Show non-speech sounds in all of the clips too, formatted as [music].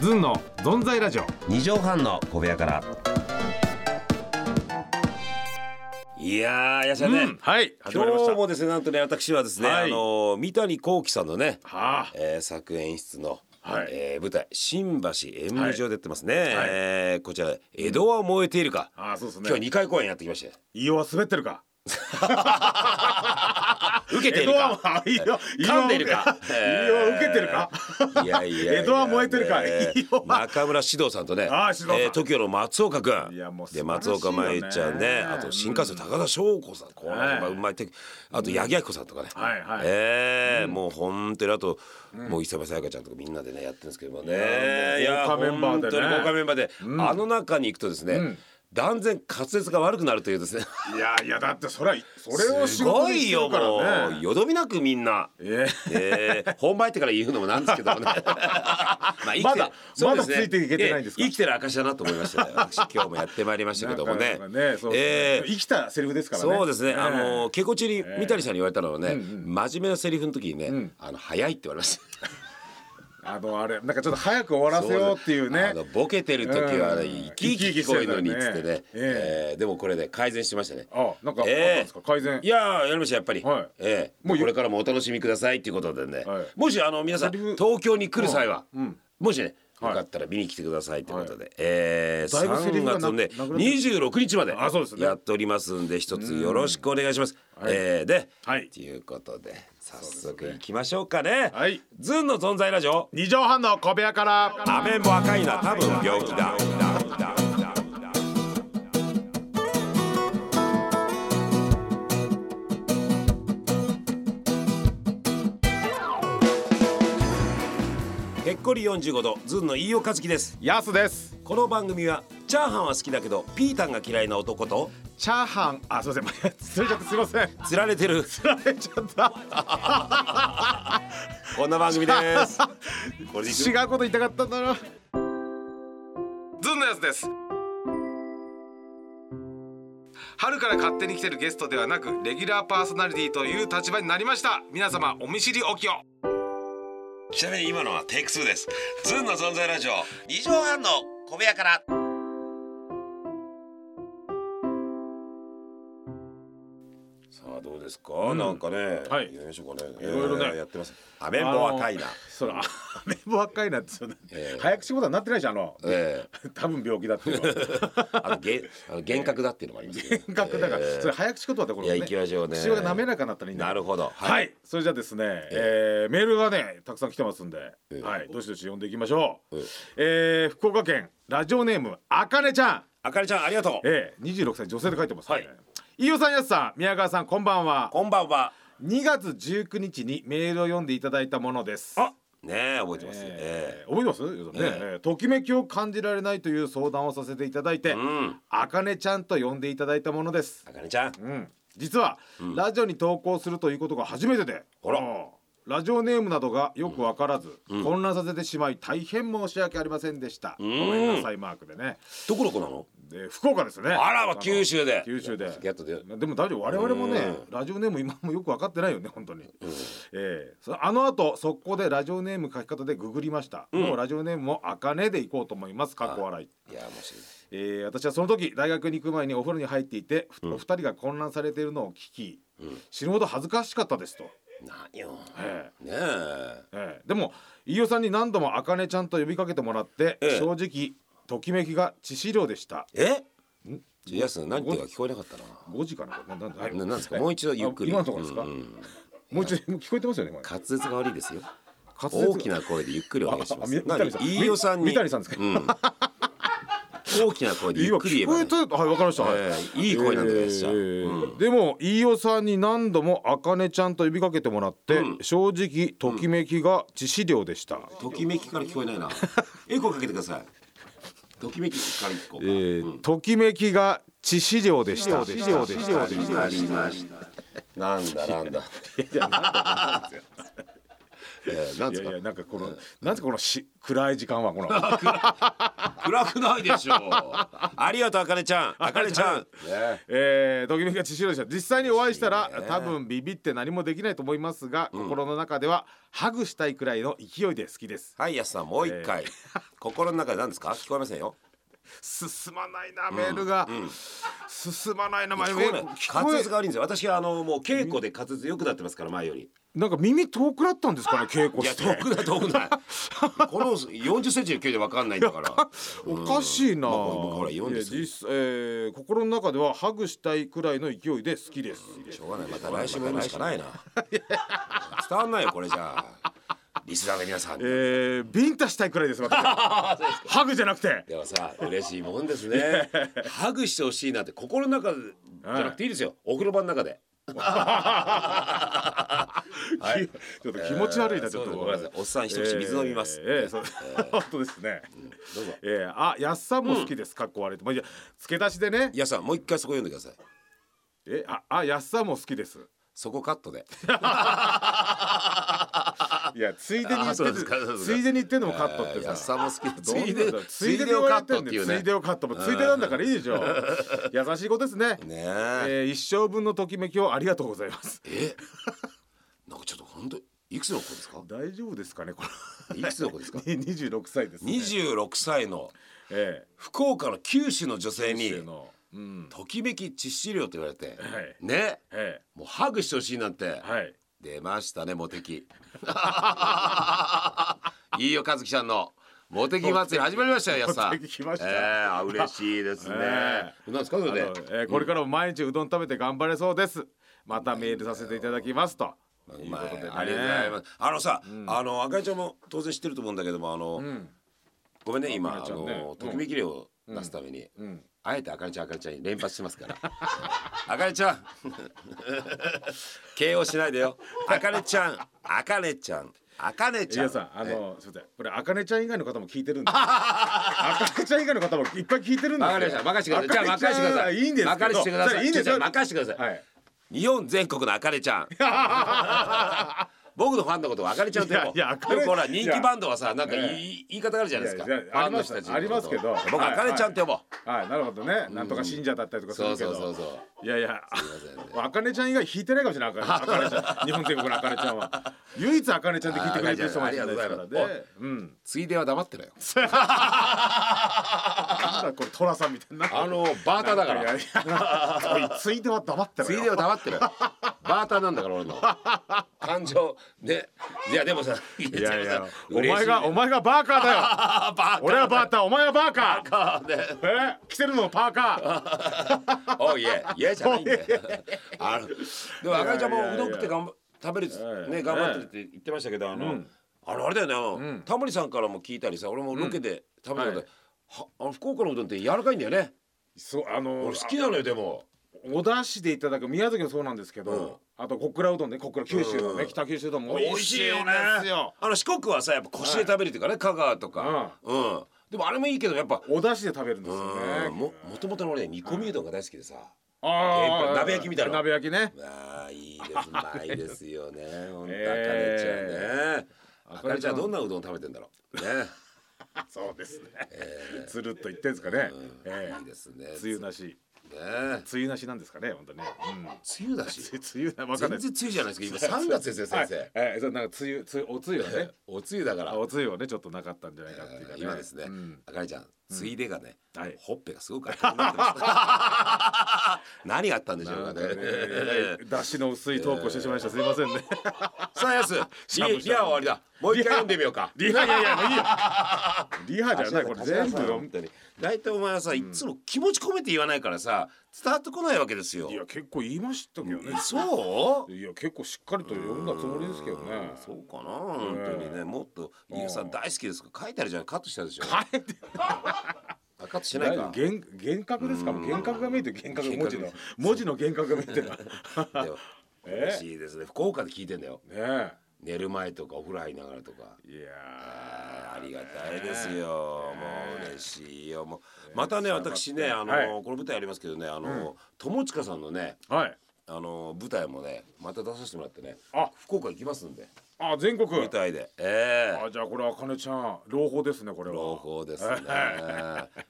ずんのぞんざいラジオ二畳半の小部屋から。いやー、やしゃね。はい始まりまし今た日もですね、なんとね、私はですね、はいあのー三谷幸喜さんのね、はあえー、作演出の。はいえー舞台新橋演舞場でやってますね、はいえーこちら江戸は燃えているか、あーそうですね今日二回公演やってきましたよ胃は滑ってるか受けてい江る戸かは胃は噛んで [laughs] るか胃は受けてるかいやいやいや江戸は燃えてる [laughs] かいいよ中村獅童さんとね、えああ獅童さんー、TOKIO の松岡君いやもう素晴でらしい松よね岡茉優ちゃんね、あと新幹線高田翔子さん、このはいまあうまいテクあと八木亜希子さんとかね、はいはいえーもう本当にあと、もう磯部さやかちゃんとかみんなでねやってるんですけどもね、いやもう豪華メンバーでね本当に豪華メンバーで、あの中に行くとですね、断然滑舌が悪くなるというですね。いやいやだってそれはそれを仕す事ごにしいてよるかもらねうよどみなくみんな。ええー、本番入ってから言うのもなんですけ [laughs] どもね。まあ生きてまだそうですねまだついていけてないんですかえ生きてる証だなと思いましたね。 [laughs] 私今日もやってまいりましたけどもな。ねかなかねそうえー生きたセリフですからねそうですね、あのえ稽古中に三谷さんに言われたのはね、真面目なセリフの時にね、んあの早いって言われましたえあのあれなんかちょっと早く終わらせようっていうあねのボケてる時はね、うん生き生き聞こえるのにっつっ生てねき生きしてたよねえーでもこれね改善してましたねあなんかあったんえですか改善いやーやりましたやっぱり、はいええもうよこれからもお楽しみくださいっていうことでね、はいもしあの皆さんセリフ東京に来る際は、もしねよはいかったら見に来てくださいということで、えーだいぶセリ3フが月なのねなくなって26日まであそうですねやっておりますんで一つよろしくお願いします。いえーで、はいということで早速いきましょうかね。はいズンの存在ラジオ二畳半の小部屋から雨も赤いな多分病気だ。ぺっこり45度ずんの飯尾和樹ですやすですこの番組はチャーハンは好きだけどピータンが嫌いな男とチャーハンあすいません [laughs] 釣れちゃってすいません釣られて [laughs] る釣られちゃったこんな番組 [laughs] ですこれでいく [laughs] 違うこと言いたかったんだなズンのやつです春から勝手に来てるゲストではなくレギュラーパーソナリティという立場になりました皆様お見知りおきをちなみに今のはテイク2ですずんの存在ラジオ二畳半の小部屋からさあどうですか、なんかねはいいでしょうかねいろいろねやってますアメンボ若いな、そらメンボ若いなってそんなええ早口言葉になってないじゃんあのえ多分病気だっていうのはえあのげあの幻覚だっていうのもあります [laughs] けど幻覚だから、ええそれ早口言葉だこれいや行きましょうね口が滑らかになったらいいんだなるほどはい、それじゃあですね、えーメールがねたくさん来てますんで、ええはいどしどし読んでいきましょう、ええー福岡県ラジオネームあかねちゃん、あかりちゃんありがとうえー、26歳女性で書いてますね、はい飯尾さんやすさん宮川さんこんばんはこんばんは2月19日にメールを読んでいただいたものですあねえ覚えてます、ええー覚えてます、よさんねええーときめきを感じられないという相談をさせていただいて、えうんあかねちゃんと呼んでいただいたものですあかりちゃんうん、実は、ラジオに投稿するということが初めてであらうんラジオネームなどがよくわからず、混乱させてしまい大変申し訳ありませんでした、んごめんなさいマークでねどこの子なので福岡ですねあらま九州で九州でやっとででも大丈夫我々もねうラジオネーム今もよく分かってないよね本当に、えーそあの後速攻でラジオネーム書き方でググりました、もうラジオネームも「あかね」でいこうと思いますかっこ笑いいやもしえー私はその時大学に行く前にお風呂に入っていて、ふお二人が混乱されているのを聞き、死ぬほど恥ずかしかったですと、何よえねええええでも飯尾さんに何度も「あかねちゃん」と呼びかけてもらって、ええ正直ときめきが致死量でしたえじゃあやす何て言うか聞こえなかったな5時かなななんだはいななんですかもう一度ゆっくりあ今のところですか、うんうんもう一度もう聞こえてますよね今滑舌が悪いですよ滑舌が大きな声でゆっくりお願いしまああすみ三谷さん何飯尾さんにみ三谷さんですかうん大きな声でゆ今っく聞り言えばこねえたはいわかりました、はいええいい声なんでねじゃあうんでも飯尾さんに何度も「あかねちゃん」と呼びかけてもらって、うん正直ときめきが致死量でした、ときめきから聞こえないなエコーかけてくださいときめきから聞こうえーときめきが致死量でした。致死量でした。かありましたなんだなんだえーなんいやですいかやなんかこの、なんでこのし暗い時間はこの暗くないでしょう [laughs] ありがとうあかねちゃんあかねちゃん、ねえー、ドキメキが千尋でした実際にお会いしたら、ね多分ビビって何もできないと思いますが、心の中ではハグしたいくらいの勢いで好きですはい安さんもう一回、心の中で何ですか聞こえませんよ進まないなメールが、進まないな聞前こメえーなルい滑聞こえ舌が悪いんですよ私はあのもう稽古で滑舌良くなってますから前よりなんか耳遠くなったんですかね稽古いやして遠くない遠く [laughs] ないこの40センチの距離で分かんないんだからおかしいな、うんまあ僕ほら読んいでやすよ実えー心の中ではハグしたいくらいの勢いで好きです、しょうがないまた来週もやるしか [laughs] ないな伝わんないよこれじゃあリスナーの皆さんに、えー、ビンタしたいくらい [laughs] です私ハグじゃなくてでもさ嬉しいもんですねハグしてほしいなって心の中じゃなくていいですよ、お風呂場の中でき [laughs] ちょっと気持ち悪いな、えーちょっとそうですごめんなさいおっさん一口水飲みますえーえーそう [laughs] 本当ですね、どうぞえー、あやっさんも好きです、かっこ悪いとまあ、いや付け足しでねやさんもう一回そこ読んでくださいえああやっさんも好きですそこカットでいやついでに言あってそうるですかそうですつかいでに言ってんのもカットってやさっさんも好きどうなんだろうついでをカットっていうつねいでをカットもついでなんだからいいでしょ優しい子ですねねええー、一生分のときめきをありがとうございますえなんかちょっと本当いくつの子ですか大丈夫ですかねこいくつの [laughs] 子ですかれ26歳です、ね、二十六歳のえ福岡の九州の女性えにせーのうんときめき致死量って言われて、はいねえもうハグしてほしいなんて、えはい出ましたねモテキいいよ和樹ちゃんのモテキ祭り始まりましたよやっさんモテキ来ましたええあ嬉しいですね、えなんですかそれあので、えーこれからも毎日うどん食べて頑張れそうですまたメールさせていただきますというまこあとでねありがとうございますあのさ、あの赤井ちゃんも当然知ってると思うんだけどもあの、んごめんね今あ,、赤井ちゃんねのうんときめき量を出すために、うんあえてあかりちゃんあかりちゃんに連発しますから [laughs] あかりちゃ [laughs] ん形容しないでよあかりちゃんあかねちゃんあかねちゃん皆さんあのすみませんこれあかねちゃん以外の方も聞いてる [laughs] んであかねちゃん以外の方もいっぱい聞いてるんでわすよかりました任せてくださいじゃああかねち任ゃんせてくださいいいんですけど任せてくじゃあいいんですよださいじゃあ任せてください、はい日本全国のあかねち [laughs] ゃん僕のファンのことをあかねちゃんって呼ぼういやいやあかねよくほら人気バンドはさなんかいい、え言い方があるじゃないですかいやいやファンの人たちのことをありますありますけど僕はいあかねちゃんって呼ぼう、はいなるほどねなんとか信者だったりとかすそるうけそどうそうそういやいやいませんねあかねちゃん以外引いてないかもしれないあかねち [laughs] ゃん日本全国のあかねちゃんは唯一あかねちゃんって聞いてくれてる人がいるんですからあありがとうございまです [laughs] うんついでは黙ってろよなんだこれトラさんみ [laughs] たいなあのバーターだからいやいやこれついでは黙ってろつよいでは黙ってろよバーターなんだから俺の感情ねいやでもさいいやいやお嬉し前いがお前がバーカーだよ [laughs] あー [laughs] バー俺はバーターお前はバーカーターねえ着てるのパー [laughs] カ [laughs] おいえ、いえじゃないんだよ。 [laughs] あの、でも赤井ちゃんもうどん食って頑張食べるええね頑張ってるって言ってましたけどあの、あのあれだよねあの、タモリさんからも聞いたりさ、俺もロケで食べたことはいで、はあの福岡のうどんって柔らかいんだよね。ーそうあの俺好きなのよでも。お出汁でいただく宮崎もそうなんですけど、あと小倉うどんね小倉九州のね、うん北九州うどんも美味しいんですよ。あの四国はさやっぱ腰で食べるっていうかね、香川とか、うん、でもあれもいいけどやっぱ。お出汁で食べるんですよね。うんももともとの俺煮込みうどんが大好きでさ、あ天ぷらあ鍋焼きみたいな鍋焼きね。ああいいですうまいですよねほんとあかねちゃんね、えあかねちゃんどんなうどん食べてんだろうねそうですね。つるっと言ってんですかね。えいいですねえ梅雨なしね梅梅雨なしなんですかね本当ね。うん。梅雨だし雨なわか全んな然い。梅雨じゃないですか今3月ですよ先生、はいええそうなんか梅雨梅雨お梅雨はね。お梅雨だからあお梅雨はねちょっとなかったんじゃないかっていうかね。今ですね、うんあかねちゃんついでがね、はいほっぺがすごく赤くなってました [laughs] 何があったんでしょうかね出汁の薄いトークをしてしまいました。すみませんね。さあやすゃぶしゃリぶリハは終わりだもう一回読んでみようかリハいやいやもういいよ。リハじゃないこれ全部本当に大体お前はさいつも気持ち込めて言わないからさ伝わってこないわけですよいや結構言いましたけどね。そういや結構しっかりと読んだつもりですけどね。そうかな本当にねもっと「ゆうさん大好きですか」書いてあるじゃんカットしたでしょあれってあカットしてない何か幻幻覚ですか。幻覚が見えてる幻覚文字の幻文字の幻覚が見えて [laughs] る。ねでもえ嬉しいですね福岡で聞いてんだよえ。寝る前とかお風呂入りながらとかいやありがたいですよもう嬉しいよもうまたね私ねあはいのこの舞台ありますけどねあの友近さんのねー。はい。あの舞台もねまた出させてもらってねあ福岡行きますんでああ全国みたいでええあじゃあこれあかねちゃん朗報ですねこれは朗報ですね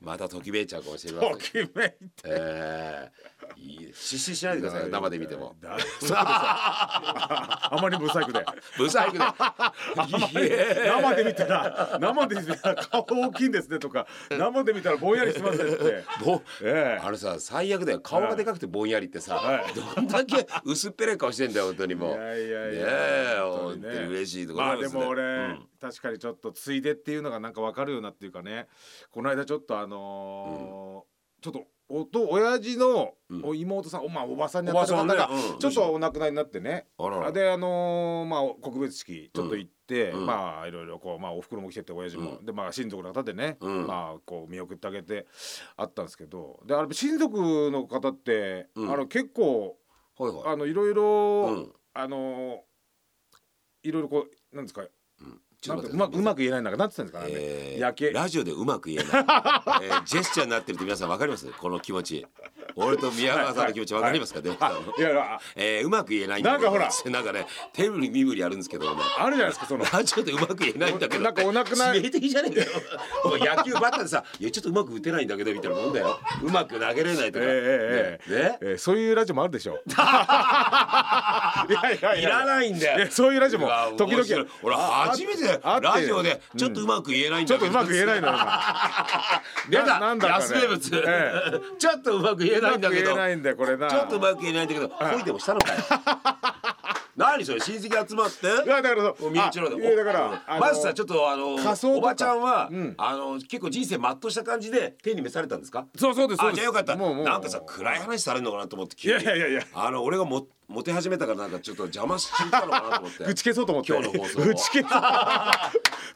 またときめいちゃうかもしれませんときめいええいい失神しないでくださいよ生で見てもだそうです [laughs] よああまりブサイクでブサイクでいいえ生で見たら生で見たら顔大きいんですねとか生で見たらぼんやりしてますねってぼええ [laughs] あのさ最悪だよ顔がでかくてぼんやりってさ、はいどんだけ薄っぺらい顔してんだよ本当にもういやいやいやねえ本当本に当ねに嬉しいとこまあろでですね、も俺、うん確かにちょっとついでっていうのがなんかわかるようなっていうかねこの間ちょっとあのーちょっとおと親父のうんお妹さん、おまあおばさんにおなばったさ方んね、が、うんちょっとお亡くなりになってね、あららであのーまあ告別式ちょっと行って、うんまあいろいろこうまあお袋も来てて親父も、うでまあ親族の方でね、うんまあこう見送ってあげてあったんですけどであれ親族の方って、うんあの結構はいはいあのいろいろ、うんあのいろいろこうなんですかうんちょなっんとて待うまくってうまく言えないなんかなんて言ったんですかね、えー夜景ラジオでうまく [laughs] 言えない、えージェスチャーになってるって皆さんわかりますこの気持ち俺と宮川さんの気持ちわかりますか、ディレクターのいやいやえーうまく言えないんだけどなんかなんかね手振り身振りあるんですけど [laughs] ねあるじゃないですかそのラジオでうまく言えないんだけどなんかお亡くなり致命的じゃねえかよお前野球バッターでさ「いやちょっとうまく打てないんだけど」みたいなもんだようまく投げれないとか、ええええねねえーそういうラジオもあるで [laughs] しょいやいやいいやらないんだいよやそういうラジオもうわ時面白い々俺初めてああってラジオでちょっとうまく言えないんちょだっけとど、うまく言えない [laughs] のよ出たななんだかね安名物、え [laughs] ちょっとうまく言え今ないうんまだくけ言どえないんだよこれなちょっとうまく言えないんだけど恋でもした [laughs] のかよ何それ親戚集まっていやだからそうお身内のあいやだからあのまずさちょっとあの仮装とかおばちゃんは、うんあの結構人生全うした感じで手に召されたんですかそうそうですそうあですじゃあよかったもうもうなんかさ暗い話されるのかなと思ってい急やにいやいやいやあの俺がもモテ始めたからなんかちょっと邪魔しちゃったのかな [laughs] と思って打ち消そうと思って今日の放送打ち消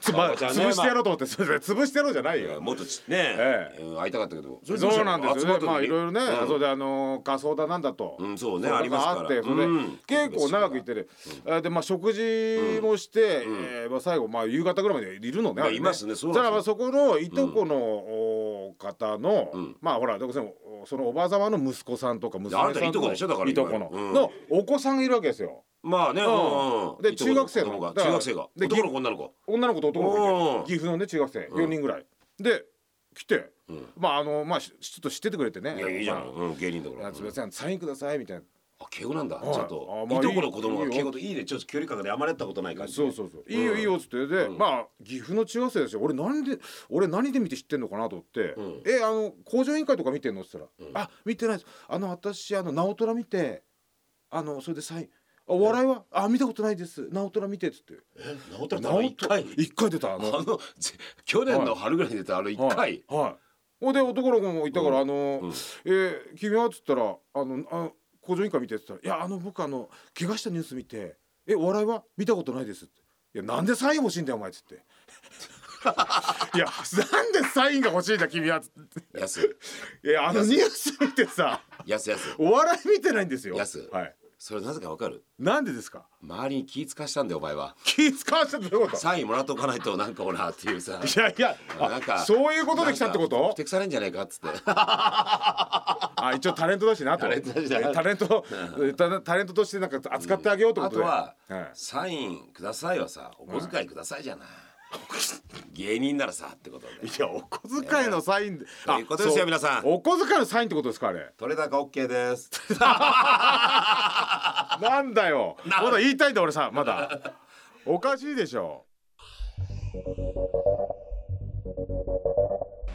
そう [laughs] つままあじゃあね潰してやろうと思ってそれ潰してやろうじゃないよ [laughs] もっとちね、えうん会いたかったけどそれどしそたうのなんです集まよった時ねにまあいろいろねうんそうであの仮装だなんだとうんそうねそうありますからあってそれでうん結構長く行ってるえーでまあ食事もしてえーまあ最後まあ夕方ぐらいまでいるのねまああれねいますねそうなんですだよからまあそこのいとこのお方のんまあほらどうせもそのおばあ様の息子さんとか娘さんあなたいとこでしょだからいとこのうんのお子さんがいるわけですよまあね、うんでいとこ中の学生の子供がだから中学生がで男の子女の子女の子と男の子おいーて岐阜のね中学生4人ぐらいで来てうんまああのまあしちょっと知っててくれてねいやいいじゃん、まあうん、芸人だからあすみませんサインくださいみたいなあ敬語なんだ、はいちょっと、あいまあとこの子供がいいよ敬語といいねちょっと距離感であまりやったことない感じそうそうそう「いいよいいよ」っつってで、まあ岐阜の中学生ですよ俺何で俺何で見て知ってんのかなと思って「うんえあの工場委員会とか見てんの?」っつったら「あ見てないですあの私あの直虎見てあのそれでサインあお笑いはあ見たことないです直虎見て」っつってえ直太朗さんが直一回一回出たあのあのぜ去年の春ぐらいに出たあの一回、はい、はい、ほんで男の子もいたから「あの、うんえー君は?」っつったら「あのあ工場委員会見て」っつったら「いやあの僕あの怪我したニュース見てえお笑いは見たことないです」って「いやなんでサイン欲しいんだよお前」っつって。 [laughs] いやなんでサインが欲しいんだ君はっつっやすていやあのニュース見てさやすやすお笑い見てないんですよやすはいそれなぜかわかるなんでですか周りに気使わしたんだよお前は気使わせたってどういうことサインもらっとかないとなんかほらっていういさやいやあなんかそういうことで来たってこなんかと不適されんじゃないかっつってあ一応タレントだしなとタレントだしなえタレントタタレントとしてなんか扱ってあげようってこあととで、は、はいサインくださいはさお小遣いくださいじゃない、芸人ならさってことでいやお小遣いのサインで、ということですよそう皆さんお小遣いのサインってことですかあれ取れ高 OK [laughs] ですなんだよまだ言いたいんだ俺さま [laughs] だおかしいでしょ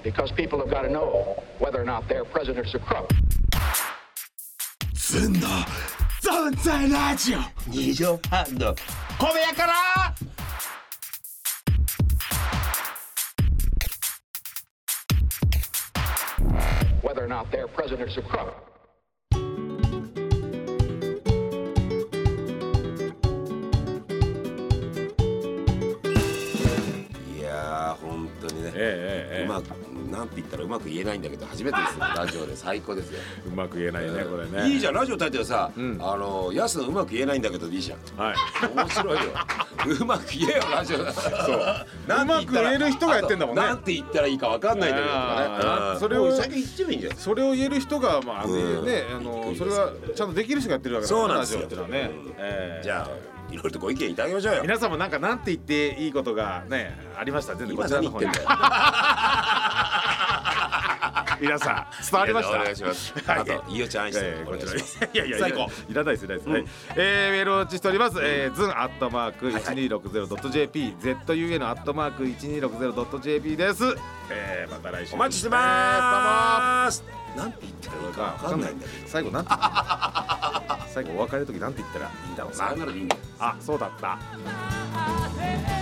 because people have got to know whether or not their president's a crook. ずんの存在ラジオ二畳半の小部屋から 'em Whether or not their president's a crook. いやー本当にね、ええええええうまくなんて言ったらうまく言えないんだけど初めてで [laughs] すよラジオで最高ですよ、うまく言えないねこれねいいじゃんラジオタイトルさ、んあのやすのうまく言えないんだけどでいいじゃんはい面 [laughs] 白いようまく言えよラジオそうなうまてく言ったら言える人がやってんだもんねあとなんて言ったらいいかわかんないんだけどとかあねーうんそれをもう先に言っちゃえばいいんじゃないそれを言える人がまあ、うんねあのそれはちゃんとできる人がやってるわけだそうからなんですよラジオってのはね、ええじゃあいろいろとご意見いただきましょうよ [laughs] 皆さんもなんかなんて言っていいことがねありましたら全部こ今ちら何の言っ方てにんだよ [laughs] 皆さん伝わりましいやお願たいします [laughs] はいあと飯尾ちゃん愛してるえーおこ願いちしらまですすいやいやいや [laughs] 最高いらないですいらないです、はいえーメールをお待ちしております、えー、ズンアットマークはい 1260.jp ZUN アットマーク 1260.jp です、えー、また来週お待ちしてますなんて言ってるのかわかんないんだけど最後なんて言った最後お別れの時なんて言ったらいいんだろうさなよならでいいんだよあそうだった head.